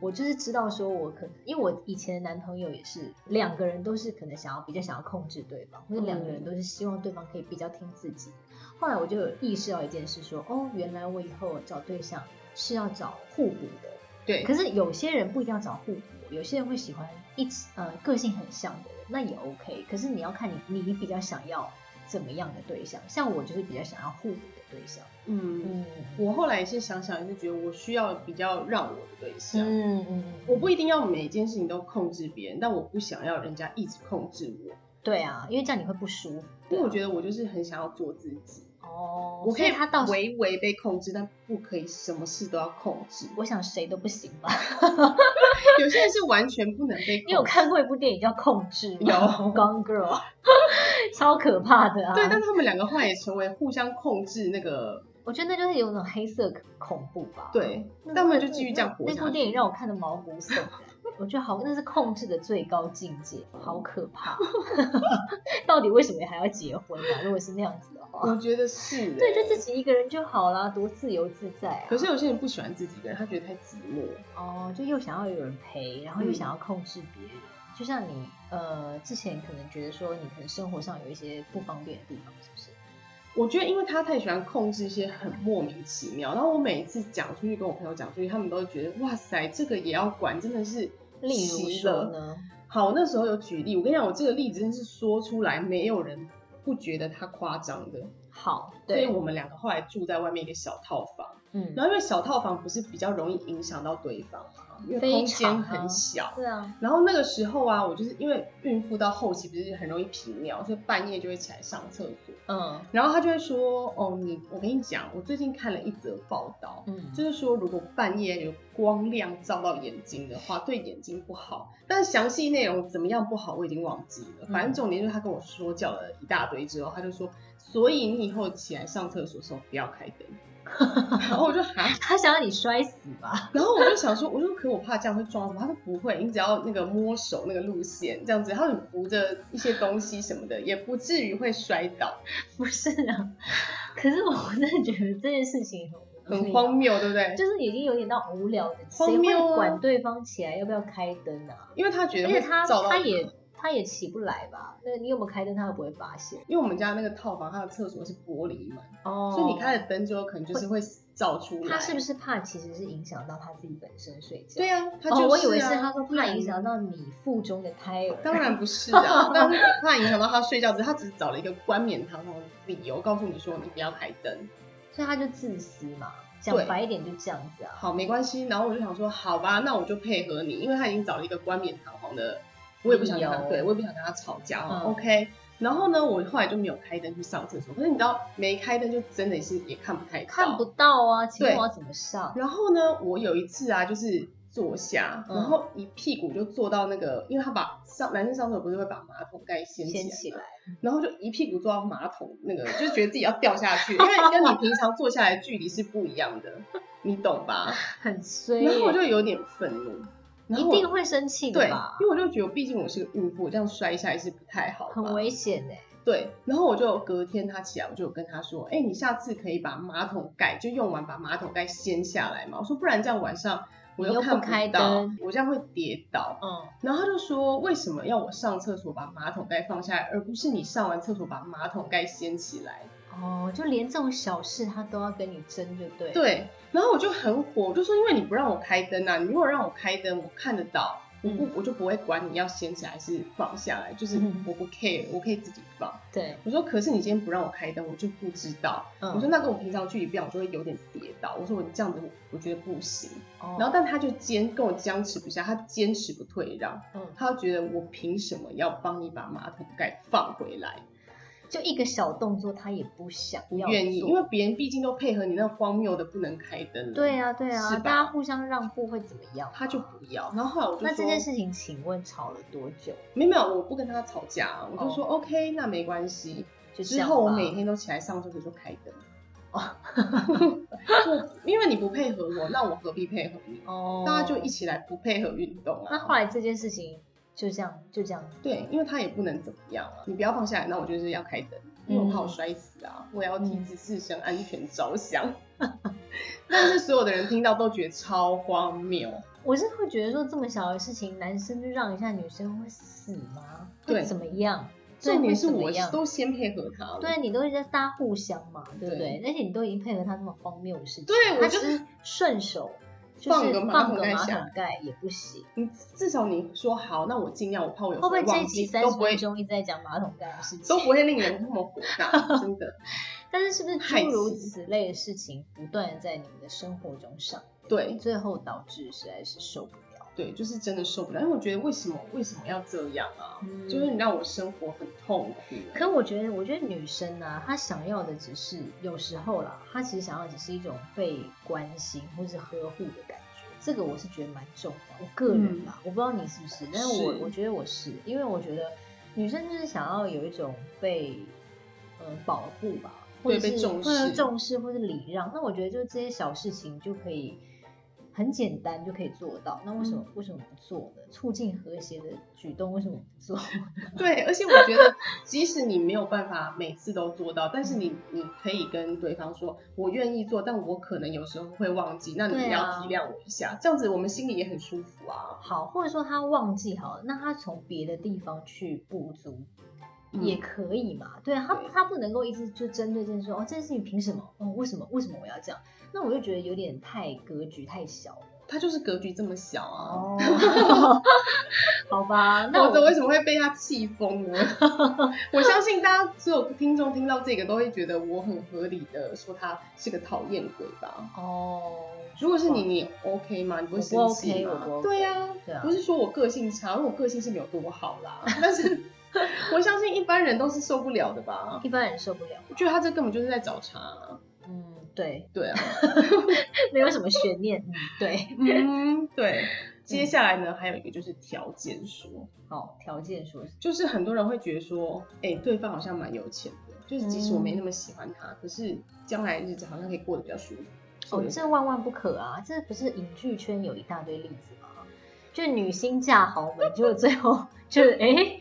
Speaker 1: 我就是知道说我可能，因为我以前的男朋友也是两个人都是可能想要比较想要控制对方，或者两个
Speaker 2: 嗯
Speaker 1: 人都是希望对方可以比较听自己。后来我就有意识到一件事说，哦，原来我以后找对象是要找互补的，
Speaker 2: 对，
Speaker 1: 可是有些人不一定要找互补，有些人会喜欢一起呃个性很像的人，那也 OK。可是你要看你你比较想要怎么样的对象，像我就是比较想要互补的对象。
Speaker 2: 嗯。
Speaker 1: 嗯
Speaker 2: 我后来也是想想，也是觉得我需要比较让我的对象，
Speaker 1: 嗯嗯，
Speaker 2: 我不一定要每件事情都控制别人，但我不想要人家一直控制我，
Speaker 1: 对啊，因为这样你会不舒服。啊
Speaker 2: 因为我觉得我就是很想要做自己，
Speaker 1: 哦，
Speaker 2: 我可
Speaker 1: 所以他到时。
Speaker 2: 微微被控制，但不可以什么事都要控制
Speaker 1: 我想谁都不行吧？
Speaker 2: *laughs* 有些人是完全不能
Speaker 1: *laughs*
Speaker 2: 被控
Speaker 1: 你
Speaker 2: 制，
Speaker 1: 有看过一部电影叫《控制》吗？
Speaker 2: 有
Speaker 1: Gone Girl》，超可怕的啊！
Speaker 2: *laughs* 对，但他们两个后来也成为互相控制那个
Speaker 1: 我觉得那就是有种黑色恐怖吧。
Speaker 2: 对
Speaker 1: 那，
Speaker 2: 但他们就继续这样活
Speaker 1: 那
Speaker 2: 下
Speaker 1: 部
Speaker 2: 去。
Speaker 1: 电影让我看的毛骨悚
Speaker 2: *laughs*
Speaker 1: 然，我觉得好，那是控制的最高境界，好可怕。 *laughs* 到底为什么还要结婚啊？如果是那样子的话，
Speaker 2: 我觉得是、欸，
Speaker 1: 对，就自。己一个人就好啦，多自由自在啊。
Speaker 2: 可是有些人不喜欢自己一个人，他觉得太寂寞。
Speaker 1: 哦，就又想要有人陪，然后又
Speaker 2: 嗯
Speaker 1: 想要控制别人。就像你呃之前可能觉得说你可能生活上有一些不方便的地方，是不是？
Speaker 2: 我觉得，因为他太喜欢控制一些很莫名其妙，然后我每一次讲出去跟我朋友讲出去，他们都觉得哇塞，这个也要管，真的是
Speaker 1: 例如
Speaker 2: 奇
Speaker 1: 说
Speaker 2: 了。
Speaker 1: 呢，
Speaker 2: 好，我那时候有举例，我跟你讲，我这个例子真是说出来，没有人不觉得他夸张的。
Speaker 1: 好，
Speaker 2: 所以
Speaker 1: 对，
Speaker 2: 我们两个后来住在外面一个小套房，
Speaker 1: 嗯，
Speaker 2: 然后因为小套房不是比较容易影响到对方嘛，因为
Speaker 1: 非
Speaker 2: 空间
Speaker 1: 常啊
Speaker 2: 很小。
Speaker 1: 对啊，
Speaker 2: 然后那个时候啊，我就是因为孕妇到后期不是很容易频尿，所以半夜就会起来上厕所。
Speaker 1: 嗯
Speaker 2: 然后他就会说：“哦，你我跟你讲，我最近看了一则报道，
Speaker 1: 嗯，
Speaker 2: 就是说如果半夜有光亮照到眼睛的话，对眼睛不好。但是详细内容怎么样不好，我已经忘记了。
Speaker 1: 嗯
Speaker 2: 反正重点就是他跟我说教了一大堆之后，他就说：所以你以后起来上厕所的时候不要开灯。 *laughs* 然后我就哈，
Speaker 1: *laughs* 他想让你摔死吧？
Speaker 2: 然后我就想说，我就说可我怕这样会撞到什么，他说不会，你只要那个摸手那个路线这样子，然后你扶着一些东西什么的，也不至于会摔倒，
Speaker 1: 不是啊，可是我真的觉得这件事情很无聊
Speaker 2: 很荒，谬，对不
Speaker 1: *laughs*
Speaker 2: 对？
Speaker 1: 就是已经有点到无聊的，
Speaker 2: 荒
Speaker 1: 谁
Speaker 2: 谬
Speaker 1: 会
Speaker 2: 啊
Speaker 1: 管对方起来要不要开灯啊？
Speaker 2: 因为他觉
Speaker 1: 而
Speaker 2: 得
Speaker 1: 且
Speaker 2: 会
Speaker 1: 他
Speaker 2: 照到
Speaker 1: 他也他也起不来吧？那你有没有开灯，他都不会发现。
Speaker 2: 因为我们家那个套房，它的厕所是玻璃门，
Speaker 1: 哦
Speaker 2: 所以你开了灯之后，可能就是会照出来。
Speaker 1: 他是不是怕其实是影响到他自己本身睡觉？
Speaker 2: 对
Speaker 1: 啊，
Speaker 2: 啊，他就是、啊
Speaker 1: 哦，我以为是他说
Speaker 2: 不
Speaker 1: 怕
Speaker 2: 然
Speaker 1: 影响到你腹中的胎儿。
Speaker 2: 当然不是啊，但是怕影响到他睡觉，只是他只是找了一个冠冕堂皇的理由告诉你说你不要开灯。
Speaker 1: 所以他就自私嘛，讲
Speaker 2: 对
Speaker 1: 白一点就这样子啊。
Speaker 2: 好，没关系。然后我就想说，好吧，那我就配合你，因为他已经找了一个冠冕堂皇的，我也不想跟他
Speaker 1: 理由
Speaker 2: 对，我也不想跟他吵架哦、
Speaker 1: 嗯
Speaker 2: OK。然后呢，我后来就没有开灯去上厕所，可是你知道，没开灯就真的是也看不太到
Speaker 1: 看不到啊，请问
Speaker 2: 对
Speaker 1: 我要怎么上？
Speaker 2: 然后呢，我有一次啊，就是坐下，
Speaker 1: 嗯
Speaker 2: 然后一屁股就坐到那个，因为他把上男生上厕所不是会把马桶盖掀
Speaker 1: 先
Speaker 2: 起
Speaker 1: 起
Speaker 2: 来
Speaker 1: 来
Speaker 2: 吗，，然后就一屁股坐到马桶那个，就觉得自己要掉下去，因为跟你平常坐下来的距离是不一样的，你懂吧？
Speaker 1: 很衰耶。
Speaker 2: 然后我就有点愤怒，然后
Speaker 1: 一
Speaker 2: 我
Speaker 1: 定会生气
Speaker 2: 对
Speaker 1: 的吧，？
Speaker 2: 因为我就觉得毕竟我是个孕妇，我这样摔下来是不太好，
Speaker 1: 很危险哎。
Speaker 2: 对，然后我就隔天他起来，我就有跟他说，哎、你下次可以把马桶盖就用完，把马桶盖掀下来嘛。我说不然这样晚上我
Speaker 1: 你又
Speaker 2: 看
Speaker 1: 不开
Speaker 2: 到
Speaker 1: 灯，
Speaker 2: 我这样会跌倒。
Speaker 1: 嗯，
Speaker 2: 然后他就说，为什么要我上厕所把马桶盖放下来，而不是你上完厕所把马桶盖掀起来？
Speaker 1: 哦，就连这种小事他都要跟你争，就对。，
Speaker 2: 对，然后我就很火，我就说因为你不让我开灯啊，你如果让我开灯，我看得到，我不、
Speaker 1: 嗯
Speaker 2: 我就不会管你要掀起来还是放下来，就是
Speaker 1: 嗯
Speaker 2: 我不 care，我可以自己放。
Speaker 1: 对，
Speaker 2: 我说可是你今天不让我开灯，我就不知道。
Speaker 1: 嗯
Speaker 2: 我说那跟我平常距离不一样，我就会有点跌倒。我说我这样子我我觉得不行。
Speaker 1: 哦
Speaker 2: 然后但他就坚跟我僵持不下，他坚持不退让，
Speaker 1: 嗯，
Speaker 2: 他觉得我凭什么要帮你把马桶盖放回来？
Speaker 1: 就一个小动作他也不想
Speaker 2: 不
Speaker 1: 要
Speaker 2: 愿意，
Speaker 1: 做
Speaker 2: 因为别人毕竟都配合你那荒谬的不能开灯了。
Speaker 1: 对。啊对啊，
Speaker 2: 是吧
Speaker 1: 大家互相让步会怎么样？
Speaker 2: 他就不要，然后后来我就说，
Speaker 1: 那这件事情，请问吵了多久？
Speaker 2: 没有没有，我不跟他吵架啊，
Speaker 1: 哦
Speaker 2: 我就说、OK，那没关系。
Speaker 1: 就这
Speaker 2: 之
Speaker 1: 样
Speaker 2: 后我
Speaker 1: 吧
Speaker 2: 每天都起来上厕所就开灯。哦， *laughs* 就因为你不配合我，那我何必配合你？
Speaker 1: 哦，
Speaker 2: 大家就一起来不配合运动
Speaker 1: 那
Speaker 2: 啊。
Speaker 1: 后来这件事情就这样就这样子，
Speaker 2: 对，因为他也不能怎么样啊，你不要放下来，那我就是要开灯，因为我怕
Speaker 1: 嗯
Speaker 2: 我摔死啊，我也要替自自身安全着想。 *laughs* 但是所有的人听到都觉得超荒谬，
Speaker 1: 我是会觉得说这么小的事情，男生就让一下女生会死吗？
Speaker 2: 对
Speaker 1: 会怎么样？对
Speaker 2: 重点是
Speaker 1: 会怎么
Speaker 2: 我
Speaker 1: 样
Speaker 2: 都先配合他了。
Speaker 1: 对你都在搭互相嘛，对不对
Speaker 2: 对？
Speaker 1: 而且你都已经配合他那么荒谬的事情，
Speaker 2: 对我
Speaker 1: 他
Speaker 2: 就
Speaker 1: 只是顺手就
Speaker 2: 放
Speaker 1: 是
Speaker 2: 个马
Speaker 1: 放
Speaker 2: 桶
Speaker 1: 个
Speaker 2: 盖
Speaker 1: 马
Speaker 2: 下
Speaker 1: 桶盖也不行。
Speaker 2: 你至少你说好，那我尽量，我怕我
Speaker 1: 会
Speaker 2: 有时候
Speaker 1: 不会这一
Speaker 2: 忘
Speaker 1: 集
Speaker 2: 记，
Speaker 1: 三
Speaker 2: 都
Speaker 1: 十
Speaker 2: 不
Speaker 1: 分
Speaker 2: 会
Speaker 1: 钟一直在讲马桶盖的事
Speaker 2: 都
Speaker 1: 情？
Speaker 2: 不会令人那么火大，真的。 *laughs*
Speaker 1: 但是是不是
Speaker 2: 害
Speaker 1: 诸如
Speaker 2: 死
Speaker 1: 此类的事情不断的在你们的生活中上演，
Speaker 2: 对
Speaker 1: 最后导致实在是受不了，
Speaker 2: 对，就是真的受不了，因为我觉得为什么为什么要这样啊？
Speaker 1: 嗯
Speaker 2: 就是你让我生活很痛苦。
Speaker 1: 可我觉得，我觉得女生呢、她想要的只是有时候啦，她其实想要的只是一种被关心或是呵护的感觉。这个我是觉得蛮重要，我个人啦，我不知道你是不是，但是我
Speaker 2: 嗯是
Speaker 1: 我觉得我是，因为我觉得女生就是想要有一种被呃保护吧，或者
Speaker 2: 对被
Speaker 1: 是
Speaker 2: 重
Speaker 1: 或者
Speaker 2: 视
Speaker 1: 重视或是礼让。那我觉得就是这些小事情就可以。很简单就可以做到，那为什么、
Speaker 2: 嗯
Speaker 1: 为什么不做呢？促进和谐的举动为什么不做？
Speaker 2: 对，而且我
Speaker 1: *laughs*
Speaker 2: 觉得，即使你没有办法每次都做到，但是你
Speaker 1: 嗯
Speaker 2: 你可以跟对方说，我愿意做，但我可能有时候会忘记，那你
Speaker 1: 对
Speaker 2: 也要
Speaker 1: 啊
Speaker 2: 体谅我一下，这样子我们心里也很舒服啊。
Speaker 1: 好，或者说他忘记好了，那他从别的地方去补足、
Speaker 2: 嗯
Speaker 1: 也可以嘛？对啊，他
Speaker 2: 对
Speaker 1: 他不能够一直就针对这件事说哦，这件事情凭什么？哦，为什么？为什么我要这样？那我就觉得有点太格局太小了。
Speaker 2: 他就是格局这么小啊。
Speaker 1: 哦， *laughs* 好吧，那
Speaker 2: 否则
Speaker 1: 我
Speaker 2: 为什么会被他气
Speaker 1: *laughs*
Speaker 2: 疯呢？我相信大家所有听众听到这个都会觉得我很合理的说他是个讨厌鬼吧。
Speaker 1: 哦，
Speaker 2: 如果是你，你 OK 吗？你不会生
Speaker 1: 我不
Speaker 2: 气
Speaker 1: OK，我
Speaker 2: 吗？
Speaker 1: 不 OK，
Speaker 2: 对呀、
Speaker 1: 对啊
Speaker 2: 不是说我个性差，因为我个性是没有多好
Speaker 1: *laughs*
Speaker 2: 啦，但是我相信一般人都是受不了的吧。
Speaker 1: 一般人受不了。
Speaker 2: 我觉得他这根本就是在找茬
Speaker 1: *laughs*
Speaker 2: 啊、
Speaker 1: 嗯，对，
Speaker 2: 对啊，
Speaker 1: *laughs* 没有什么悬念。嗯，对，
Speaker 2: 嗯，对。接下来呢，还有一个就是条件说，
Speaker 1: 好，条件说是，
Speaker 2: 就是很多人会觉得说，哎、对方好像蛮有钱的，就是即使我没
Speaker 1: 嗯
Speaker 2: 那么喜欢他，可是将来日子好像可以过得比较舒服。
Speaker 1: 哦，
Speaker 2: 是
Speaker 1: 这万万不可啊！这不是影剧圈有一大堆例子吗？就女星嫁豪门，结果最后 *laughs* 就是哎、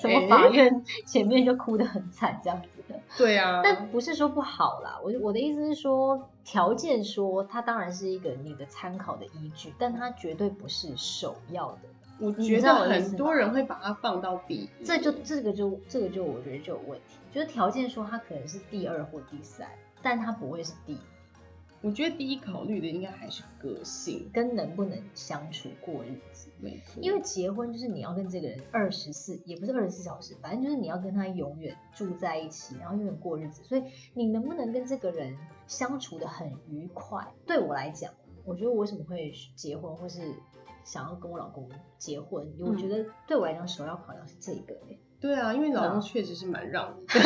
Speaker 1: 什么法院前面就哭得很惨这样子的。
Speaker 2: 对啊，
Speaker 1: 但不是说不好啦，我我的意思是说，条件说它当然是一个你的参考的依据，但它绝对不是首要的。
Speaker 2: 我
Speaker 1: 你
Speaker 2: 觉
Speaker 1: 知
Speaker 2: 得
Speaker 1: 道我的意
Speaker 2: 很
Speaker 1: 思
Speaker 2: 多
Speaker 1: 吗
Speaker 2: 人会把它放到第一，
Speaker 1: 这就这个就这个就我觉得就有问题，就是条件说它可能是第二或第三，但它不会是第一，
Speaker 2: 我觉得第一考虑的应该还是个性，
Speaker 1: 跟能不能相处过日子。
Speaker 2: 没错，
Speaker 1: 因为结婚就是你要跟这个人二十四，也不是二十四小时，反正就是你要跟他永远住在一起，然后永远过日子。所以你能不能跟这个人相处的很愉快？对我来讲，我觉得我为什么会结婚，或是想要跟我老公结婚，我觉得对我来讲首要考量是这个、欸。
Speaker 2: 对啊，因为老
Speaker 1: 对啊
Speaker 2: 公确实是蛮让 *laughs* 的，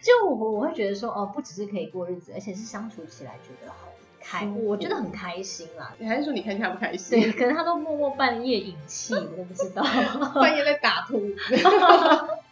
Speaker 1: 就我我会觉得说，哦，不只是可以过日子，而且是相处起来觉得好开，
Speaker 2: 舒服
Speaker 1: 我觉得很开心
Speaker 2: *laughs*
Speaker 1: 啦。
Speaker 2: 你还是说你看开不开
Speaker 1: 对，
Speaker 2: *laughs* 心？
Speaker 1: 可能他都默默半夜饮泣，我都不知道。
Speaker 2: 半夜在打呼，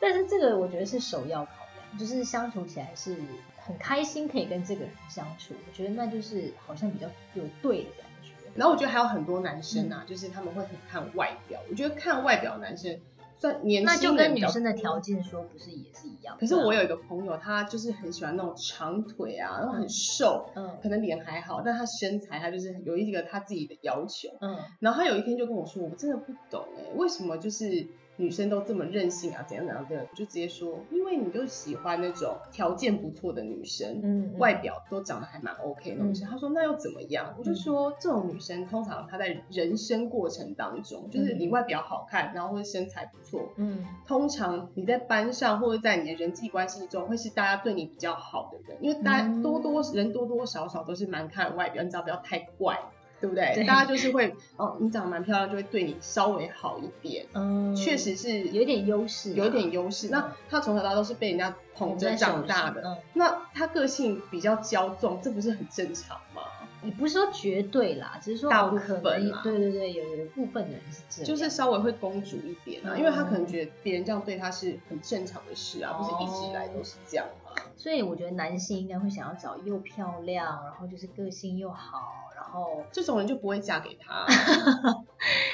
Speaker 1: 但是这个我觉得是首要考量，就是相处起来是很开心，可以跟这个人相处，我觉得那就是好像比较有对的感觉。
Speaker 2: 然后我觉得还有很多男生啊，就是他们会很看外表，我觉得看外表的男生算年
Speaker 1: 那就
Speaker 2: 轻
Speaker 1: 跟
Speaker 2: 人
Speaker 1: 女
Speaker 2: 比较
Speaker 1: 生的条啊件说不是也是一样？
Speaker 2: 可是我有一个朋友，他就是很喜欢那种长腿啊，然后很瘦，
Speaker 1: 嗯
Speaker 2: 可能脸还好，但他身材他就是有一个他自己的要求。
Speaker 1: 嗯
Speaker 2: 然后他有一天就跟我说，我真的不懂哎、为什么就是女生都这么任性啊，怎样怎样的，我就直接说，因为你就喜欢那种条件不错的女生。
Speaker 1: 嗯，
Speaker 2: 外表都长得还蛮 OK 的女生，他说那又怎么样？我就
Speaker 1: 嗯
Speaker 2: 说这种女生通常她在人生过程当中，就是你
Speaker 1: 嗯
Speaker 2: 外表好看，然后或者身材不错，
Speaker 1: 嗯
Speaker 2: 通常你在班上或者在你的人际关系中，会是大家对你比较好的人，因为大家
Speaker 1: 嗯
Speaker 2: 多多、人多多少少都是蛮看外表，你只要不要太怪，对不对？
Speaker 1: 对
Speaker 2: 大家就是会哦，你长得蛮漂亮，就会对你稍微好一点，
Speaker 1: 嗯，
Speaker 2: 确实是
Speaker 1: 有点优势啊，
Speaker 2: 有点优势。那他从小到大都是被人家捧
Speaker 1: 捧
Speaker 2: 着
Speaker 1: 在
Speaker 2: 长
Speaker 1: 手
Speaker 2: 大
Speaker 1: 上。
Speaker 2: 的，
Speaker 1: 嗯，
Speaker 2: 那他个性比较骄纵，这不是很正常吗？
Speaker 1: 你嗯不是说绝对啦，只是说
Speaker 2: 大
Speaker 1: 哦
Speaker 2: 部
Speaker 1: 可
Speaker 2: 分
Speaker 1: 能
Speaker 2: 啦
Speaker 1: 对对对，有有一部分的人是这样，
Speaker 2: 就是稍微会公主一点啊，
Speaker 1: 嗯
Speaker 2: 因为他可能觉得别人这样对他是很正常的事啊，不是一直以来都是这样嘛。
Speaker 1: 所以我觉得男性应该会想要找又漂亮，然后就是个性又好，然后
Speaker 2: 这种人就不会嫁给
Speaker 1: *laughs*
Speaker 2: 他啊、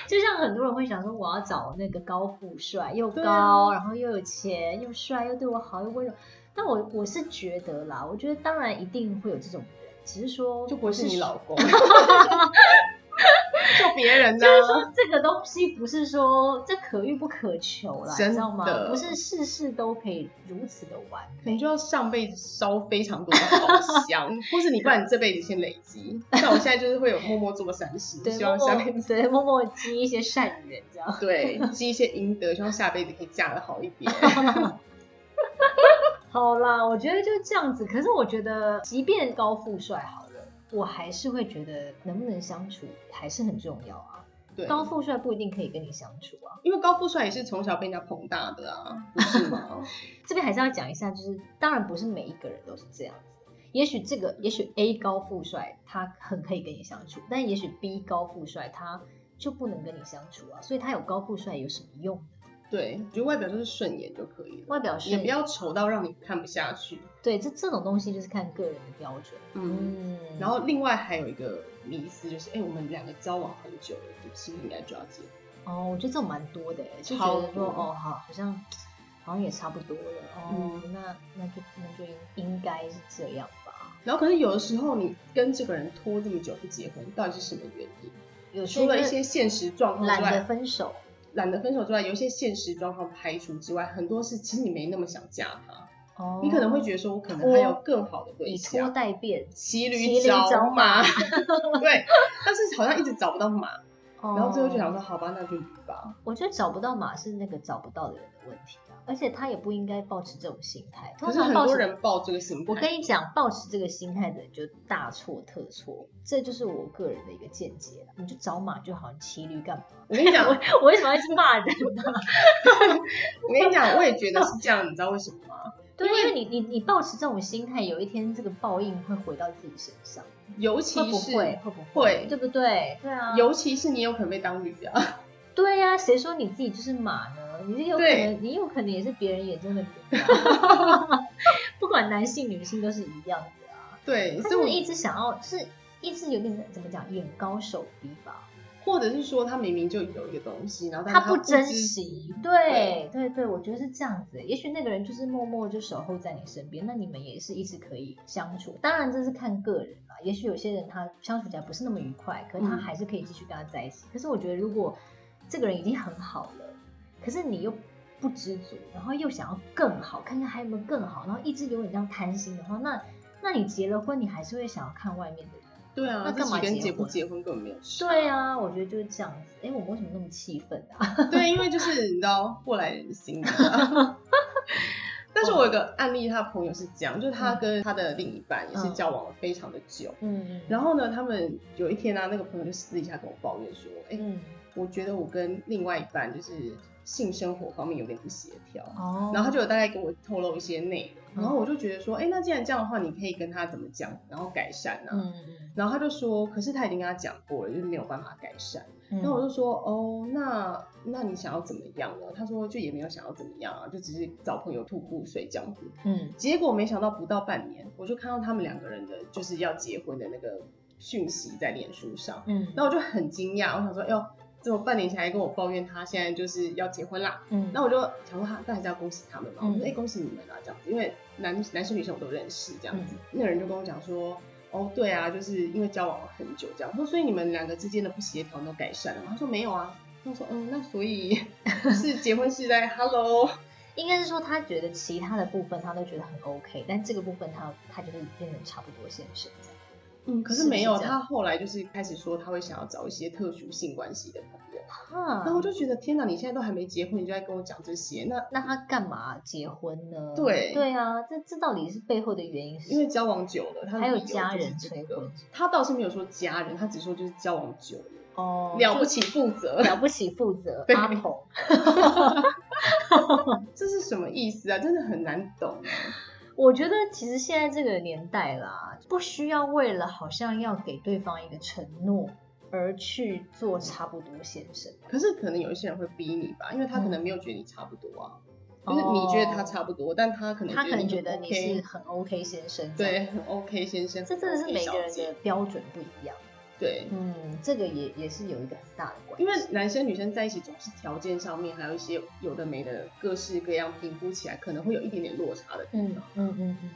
Speaker 1: 就像很多人会想说，我要找那个高富帅，又
Speaker 2: 对
Speaker 1: 高，
Speaker 2: 啊
Speaker 1: 然后又有钱，又帅，又对我好，又温柔。但我我是觉得啦，我觉得当然一定会有这种人，只是说
Speaker 2: 就不会是你老
Speaker 1: 公。 *laughs*
Speaker 2: 公， *laughs* 就别人呢、啊
Speaker 1: 就是说这个东西不是说这可遇不可求啦，
Speaker 2: 真
Speaker 1: 你知道吗
Speaker 2: 的？
Speaker 1: 不是事事都可以如此的完
Speaker 2: 可
Speaker 1: 美
Speaker 2: 能。就要上辈子烧非常多的好
Speaker 1: *laughs*
Speaker 2: 香，或是你不然你这辈子先累积。像我现在就是会有默默做善事，
Speaker 1: 对，
Speaker 2: 希
Speaker 1: 默
Speaker 2: 望
Speaker 1: 默
Speaker 2: 下辈子
Speaker 1: 对默默积一些善缘，这样。
Speaker 2: 对积一些阴德，希望下辈子可以嫁得好一
Speaker 1: *laughs*
Speaker 2: 点。
Speaker 1: 好啦，我觉得就这样子。可是我觉得，即便高富帅好了，我还是会觉得能不能相处还是很重要啊。
Speaker 2: 对，
Speaker 1: 高富帅不一定可以跟你相处啊。
Speaker 2: 因为高富帅也是从小被人家捧大的啊，不是吗？
Speaker 1: 这边还是要讲一下，就是当然不是每一个人都是这样子。也许这个，也许 A 高富帅他很可以跟你相处，但也许 B 高富帅他就不能跟你相处啊。所以他有高富帅有什么用呢？
Speaker 2: *laughs* 对，我觉得外表就是顺眼就可以了，
Speaker 1: 外表是
Speaker 2: 也不要丑到让你看不下去。
Speaker 1: 对这这种东西就是看个人的标准。
Speaker 2: 嗯，
Speaker 1: 嗯，
Speaker 2: 然后另外还有一个迷思就是，哎、我们两个交往很久了，是不是应该就要结婚？
Speaker 1: 哦，我觉得这种蛮多的欸，就觉
Speaker 2: 超
Speaker 1: 得说
Speaker 2: 多
Speaker 1: 哦，好，好像好像也差不多了，哦，
Speaker 2: 嗯
Speaker 1: 那那就那就应应该是这样吧。
Speaker 2: 然后可是有的时候你跟这个人拖这么久不结婚，到底是什么原因？
Speaker 1: 有些
Speaker 2: 除了一
Speaker 1: 就是
Speaker 2: 些现实状况之
Speaker 1: 懒得
Speaker 2: 外，
Speaker 1: 分手，
Speaker 2: 懒得分手之外，有一些现实状况排除之外，很多是其实你没那么想嫁他，
Speaker 1: 哦
Speaker 2: 你可能会觉得说，我可能还有更好的对
Speaker 1: 以拖
Speaker 2: 象，
Speaker 1: 代变，
Speaker 2: 骑
Speaker 1: 骑驴
Speaker 2: 驴找
Speaker 1: 找马
Speaker 2: 马， *laughs* 对，但是好像一直找不到马，然
Speaker 1: 然
Speaker 2: 后最后就
Speaker 1: 哦
Speaker 2: 想说，好吧，那就驴吧。
Speaker 1: 我觉得找不到马是那个找不到的人的问题啊，而且他也不应该抱持这种心态。
Speaker 2: 可
Speaker 1: 通
Speaker 2: 是
Speaker 1: 常
Speaker 2: 很
Speaker 1: 抱
Speaker 2: 多
Speaker 1: 持
Speaker 2: 人抱这个心态，
Speaker 1: 我跟你讲，抱持这个心态的人就大错特错，这就是我个人的一个见解啦。你就找马就好，你骑驴干嘛？ *laughs*
Speaker 2: 我跟你讲，
Speaker 1: 我为什么要去骂人 *laughs* 呢？
Speaker 2: 我跟你讲，我也觉得是这样，你知道为什么吗？
Speaker 1: 对，因为你你你抱持这种心态，有一天这个报应会回到自己身上，
Speaker 2: 尤其
Speaker 1: 会不
Speaker 2: 是
Speaker 1: 会？会不
Speaker 2: 会
Speaker 1: 对不对？对啊，
Speaker 2: 尤其是你有可能被当驴啊，
Speaker 1: 对呀、谁说你自己就是马呢？你是有可
Speaker 2: 对
Speaker 1: 能，你有可能也是别人眼中的驴、啊，
Speaker 2: *laughs*
Speaker 1: 不管男性女性都是一样的啊。
Speaker 2: 对，
Speaker 1: 他
Speaker 2: 所以我
Speaker 1: 是一直想要，就是一直有点怎么讲，眼高手低吧。
Speaker 2: 或者是说他明明就有一个东西，然后但
Speaker 1: 他
Speaker 2: 是
Speaker 1: 不
Speaker 2: 不
Speaker 1: 珍
Speaker 2: 知
Speaker 1: 惜，对对对，我觉得是这样子。也许那个人就是默默就守候在你身边，那你们也是一直可以相处。当然这是看个人啦，也许有些人他相处起来不是那么愉快，可是他
Speaker 2: 嗯
Speaker 1: 还是可以继续跟他在一起。可是我觉得如果这个人已经很好了，可是你又不知足，然后又想要更好，看看还有没有更好，然后一直有点这样贪心的话，那那你结了婚，你还是会想要看外面的人。
Speaker 2: 对啊，
Speaker 1: 那
Speaker 2: 自
Speaker 1: 干
Speaker 2: 己
Speaker 1: 嘛
Speaker 2: 跟
Speaker 1: 结
Speaker 2: 结不
Speaker 1: 婚
Speaker 2: 结婚根本没有事。
Speaker 1: 对啊，我觉得就是这样子。哎，我们为什么那么气愤啊？
Speaker 2: 对，因为就是你知道过来人的心嘛。
Speaker 1: *laughs*
Speaker 2: 但是我有个案例，他朋友是这样，就是他跟他的另一半也是
Speaker 1: 嗯
Speaker 2: 交往了非常的久。
Speaker 1: 嗯，
Speaker 2: 然后呢，他们有一天呢、啊，那个朋友就私底下跟我抱怨说：“哎、
Speaker 1: 嗯。
Speaker 2: 我觉得我跟另外一半就是性生活方面有点不协调。
Speaker 1: 哦，
Speaker 2: 然后他就有大概跟我透露一些内
Speaker 1: 嗯
Speaker 2: 容，然后我就觉得说，哎、那既然这样的话，你可以跟他怎么讲，然后改善啊。
Speaker 1: 嗯
Speaker 2: 然后他就说，可是他已经跟他讲过了，就是没有办法改善。
Speaker 1: 嗯，
Speaker 2: 那我就说，哦，那那你想要怎么样呢？他说就也没有想要怎么样啊，就只是找朋友吐苦水这样子。
Speaker 1: 嗯
Speaker 2: 结果没想到不到半年，我就看到他们两个人的就是要结婚的那个讯息在脸书上，
Speaker 1: 嗯，
Speaker 2: 那我就很惊讶，我想说，哟，这么半年前还跟我抱怨他现在就是要结婚啦，
Speaker 1: 嗯，
Speaker 2: 那我就想说他，那还是要恭喜他们嘛，我
Speaker 1: 嗯
Speaker 2: 说哎、恭喜你们啊这样子，因为男男生女生我都认识这样子，
Speaker 1: 嗯
Speaker 2: 那人就跟我讲说。哦，对啊，就是因为交往了很久这样。我说，所以你们两个之间的不协调都改善了吗？他说没有啊。我说，嗯，那所 *laughs* 以是结婚是在 Hello，
Speaker 1: 应该是说他觉得其他的部分他都觉得很 OK，但这个部分他他就是变成差不多先生这样。
Speaker 2: *laughs* 嗯，可
Speaker 1: 是
Speaker 2: 是
Speaker 1: 不
Speaker 2: 没
Speaker 1: 是
Speaker 2: 有，
Speaker 1: 这样
Speaker 2: 他后来就是开始说他会想要找一些特殊性关系的朋友，嗯
Speaker 1: 哈，
Speaker 2: 然后我就觉得天哪，你现在都还没结婚，你就在跟我讲这些，那
Speaker 1: 那他干嘛结婚呢？
Speaker 2: 对
Speaker 1: 对啊，这这到底是背后的原因是什
Speaker 2: 因
Speaker 1: 么？
Speaker 2: 为交往久了，他的
Speaker 1: 还有
Speaker 2: 理由
Speaker 1: 家
Speaker 2: 就是
Speaker 1: 人
Speaker 2: 这
Speaker 1: 催
Speaker 2: 个
Speaker 1: 婚
Speaker 2: 他倒是没有说家人，他只说就是交往久了，
Speaker 1: 哦
Speaker 2: 了
Speaker 1: 就
Speaker 2: 不起负责， *laughs*
Speaker 1: 了不起负责
Speaker 2: 对
Speaker 1: 阿鹏，
Speaker 2: 这是什么意思啊？真的很难懂啊。
Speaker 1: 我觉得其实现在这个年代啦，不需要为了好像要给对方一个承诺而去做差不多先生。
Speaker 2: 可是可能有一些人会逼你吧，因为他可能没有觉得你差不多啊，
Speaker 1: 嗯
Speaker 2: 就是你觉得他差不多，但他可
Speaker 1: 哦
Speaker 2: 能
Speaker 1: 他可能觉
Speaker 2: 觉
Speaker 1: 得
Speaker 2: 你
Speaker 1: 你
Speaker 2: 很 OK，
Speaker 1: 是很 OK 先生，
Speaker 2: 对，很 OK 先生，
Speaker 1: 这真的是
Speaker 2: 很 OK
Speaker 1: 每个人
Speaker 2: 小姐
Speaker 1: 的标准不一样。
Speaker 2: 对。
Speaker 1: 嗯，这个也也是有一个很大的关系。
Speaker 2: 因为男生女生在一起总是条件上面，还有一些有的没的各式各样评估起来，可能会有一点点落差的地
Speaker 1: 嗯
Speaker 2: 方。
Speaker 1: 嗯嗯嗯嗯。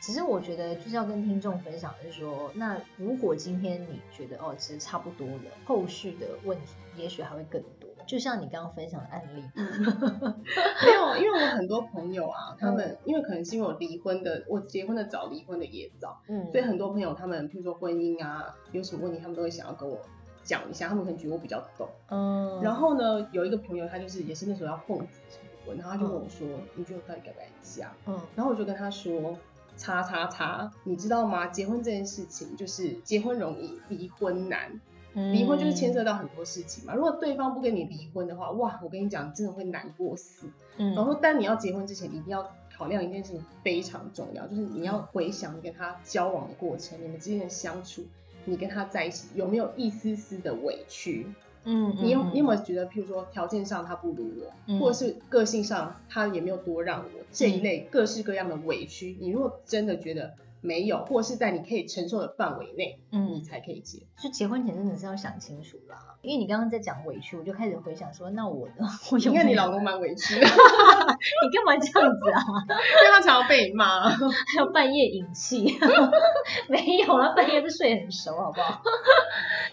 Speaker 1: 只是我觉得就是要跟听众分享的是说，那如果今天你觉得哦，其实差不多了，后续的问题也许还会更多。就像你刚刚分享的案例，
Speaker 2: *laughs* 没有，因为我很多朋友啊，他们、
Speaker 1: 嗯
Speaker 2: 因为可能是因为我离婚的，我结婚的早，离婚的也早，
Speaker 1: 嗯
Speaker 2: 所以很多朋友他们，譬如说婚姻啊，有什么问题，他们都会想要跟我讲一下，他们可能觉得我比较懂。
Speaker 1: 嗯，
Speaker 2: 然后呢，有一个朋友他就是也是那时候要奉子成婚，然后他就问我说：“你觉得我到底该不该嫁
Speaker 1: 嗯？”
Speaker 2: 然后我就跟他说。叉叉叉，你知道吗？结婚这件事情就是结婚容易，离婚难。
Speaker 1: 嗯
Speaker 2: 离婚就是牵涉，到很多事情嘛。如果对方不跟你离婚的话，哇，我跟你讲，你真的会难过死。
Speaker 1: 嗯
Speaker 2: 然后，但你要结婚之前，你一定要考量一件事情非常重要，就是你要回想你跟他交往的过程，你们之间的相处，你跟他在一起有没有一丝丝的委屈？
Speaker 1: 嗯，
Speaker 2: 你有
Speaker 1: 嗯
Speaker 2: 你有没有觉得，譬如说条件上他不如我，
Speaker 1: 嗯
Speaker 2: 或者是个性上他也没有多让我这一类各式各样的委屈？你如果真的觉得没有，或是在你可以承受的范围内，你
Speaker 1: 嗯，
Speaker 2: 才可以结。
Speaker 1: 就结婚前真的是要想清楚啦，因为你刚刚在讲委屈，我就开始回想说，那我的 *laughs* 我有
Speaker 2: 你看
Speaker 1: 没有
Speaker 2: 你老公蛮
Speaker 1: *laughs*
Speaker 2: 委屈的。
Speaker 1: 你干嘛这样子啊？
Speaker 2: 因为他常常被骂。啊
Speaker 1: 还有半夜引气， *laughs* 没有啊，半夜都睡很熟，好不好？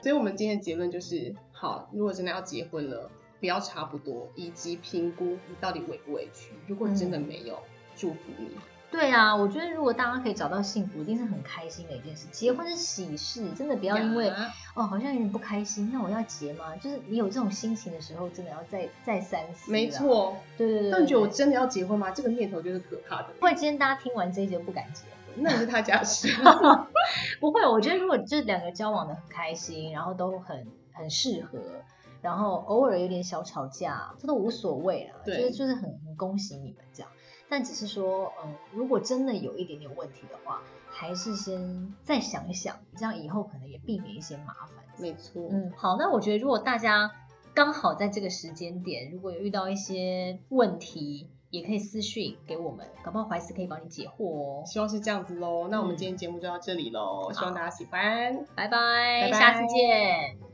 Speaker 2: 所以我们今天的结论就是：好，如果真的要结婚了，不要
Speaker 1: 嗯
Speaker 2: 差不多，以及评估你到底委不委屈。如果真的没有，祝福你。
Speaker 1: 对啊，我觉得如果大家可以找到幸福，一定是很开心的一件事。结婚是喜事，真的不要因为
Speaker 2: 呀
Speaker 1: 哦好像有点不开心，那我要结吗？就是你有这种心情的时候，真的要再再三思。啊
Speaker 2: 没，错，
Speaker 1: 对对对对。
Speaker 2: 但你觉得我
Speaker 1: 对
Speaker 2: 真的要结婚吗？这个念头就是可怕的， *laughs*
Speaker 1: 会今天大家听完这一集就不敢结婚。
Speaker 2: 那也是他家
Speaker 1: *laughs*
Speaker 2: 的事。
Speaker 1: 嗯不会，我觉得如果就是两个交往的很开心，然后都很很适合，然后偶尔有点小吵架，这都无所谓了，就是
Speaker 2: 对
Speaker 1: 就是很很恭喜你们这样。但只是说，嗯，如果真的有一点点问题的话，还是先再想一想，这样以后可能也避免一些麻烦。
Speaker 2: 没错，
Speaker 1: 嗯，好，那我觉得如果大家刚好在这个时间点，如果有遇到一些问题，也可以私讯给我们，搞不好怀斯可以帮你解惑哦。
Speaker 2: 希望是这样子喽。那我们
Speaker 1: 嗯
Speaker 2: 今天节目就到这里喽，希望大家喜欢。
Speaker 1: 拜拜，
Speaker 2: 拜拜
Speaker 1: 下次见。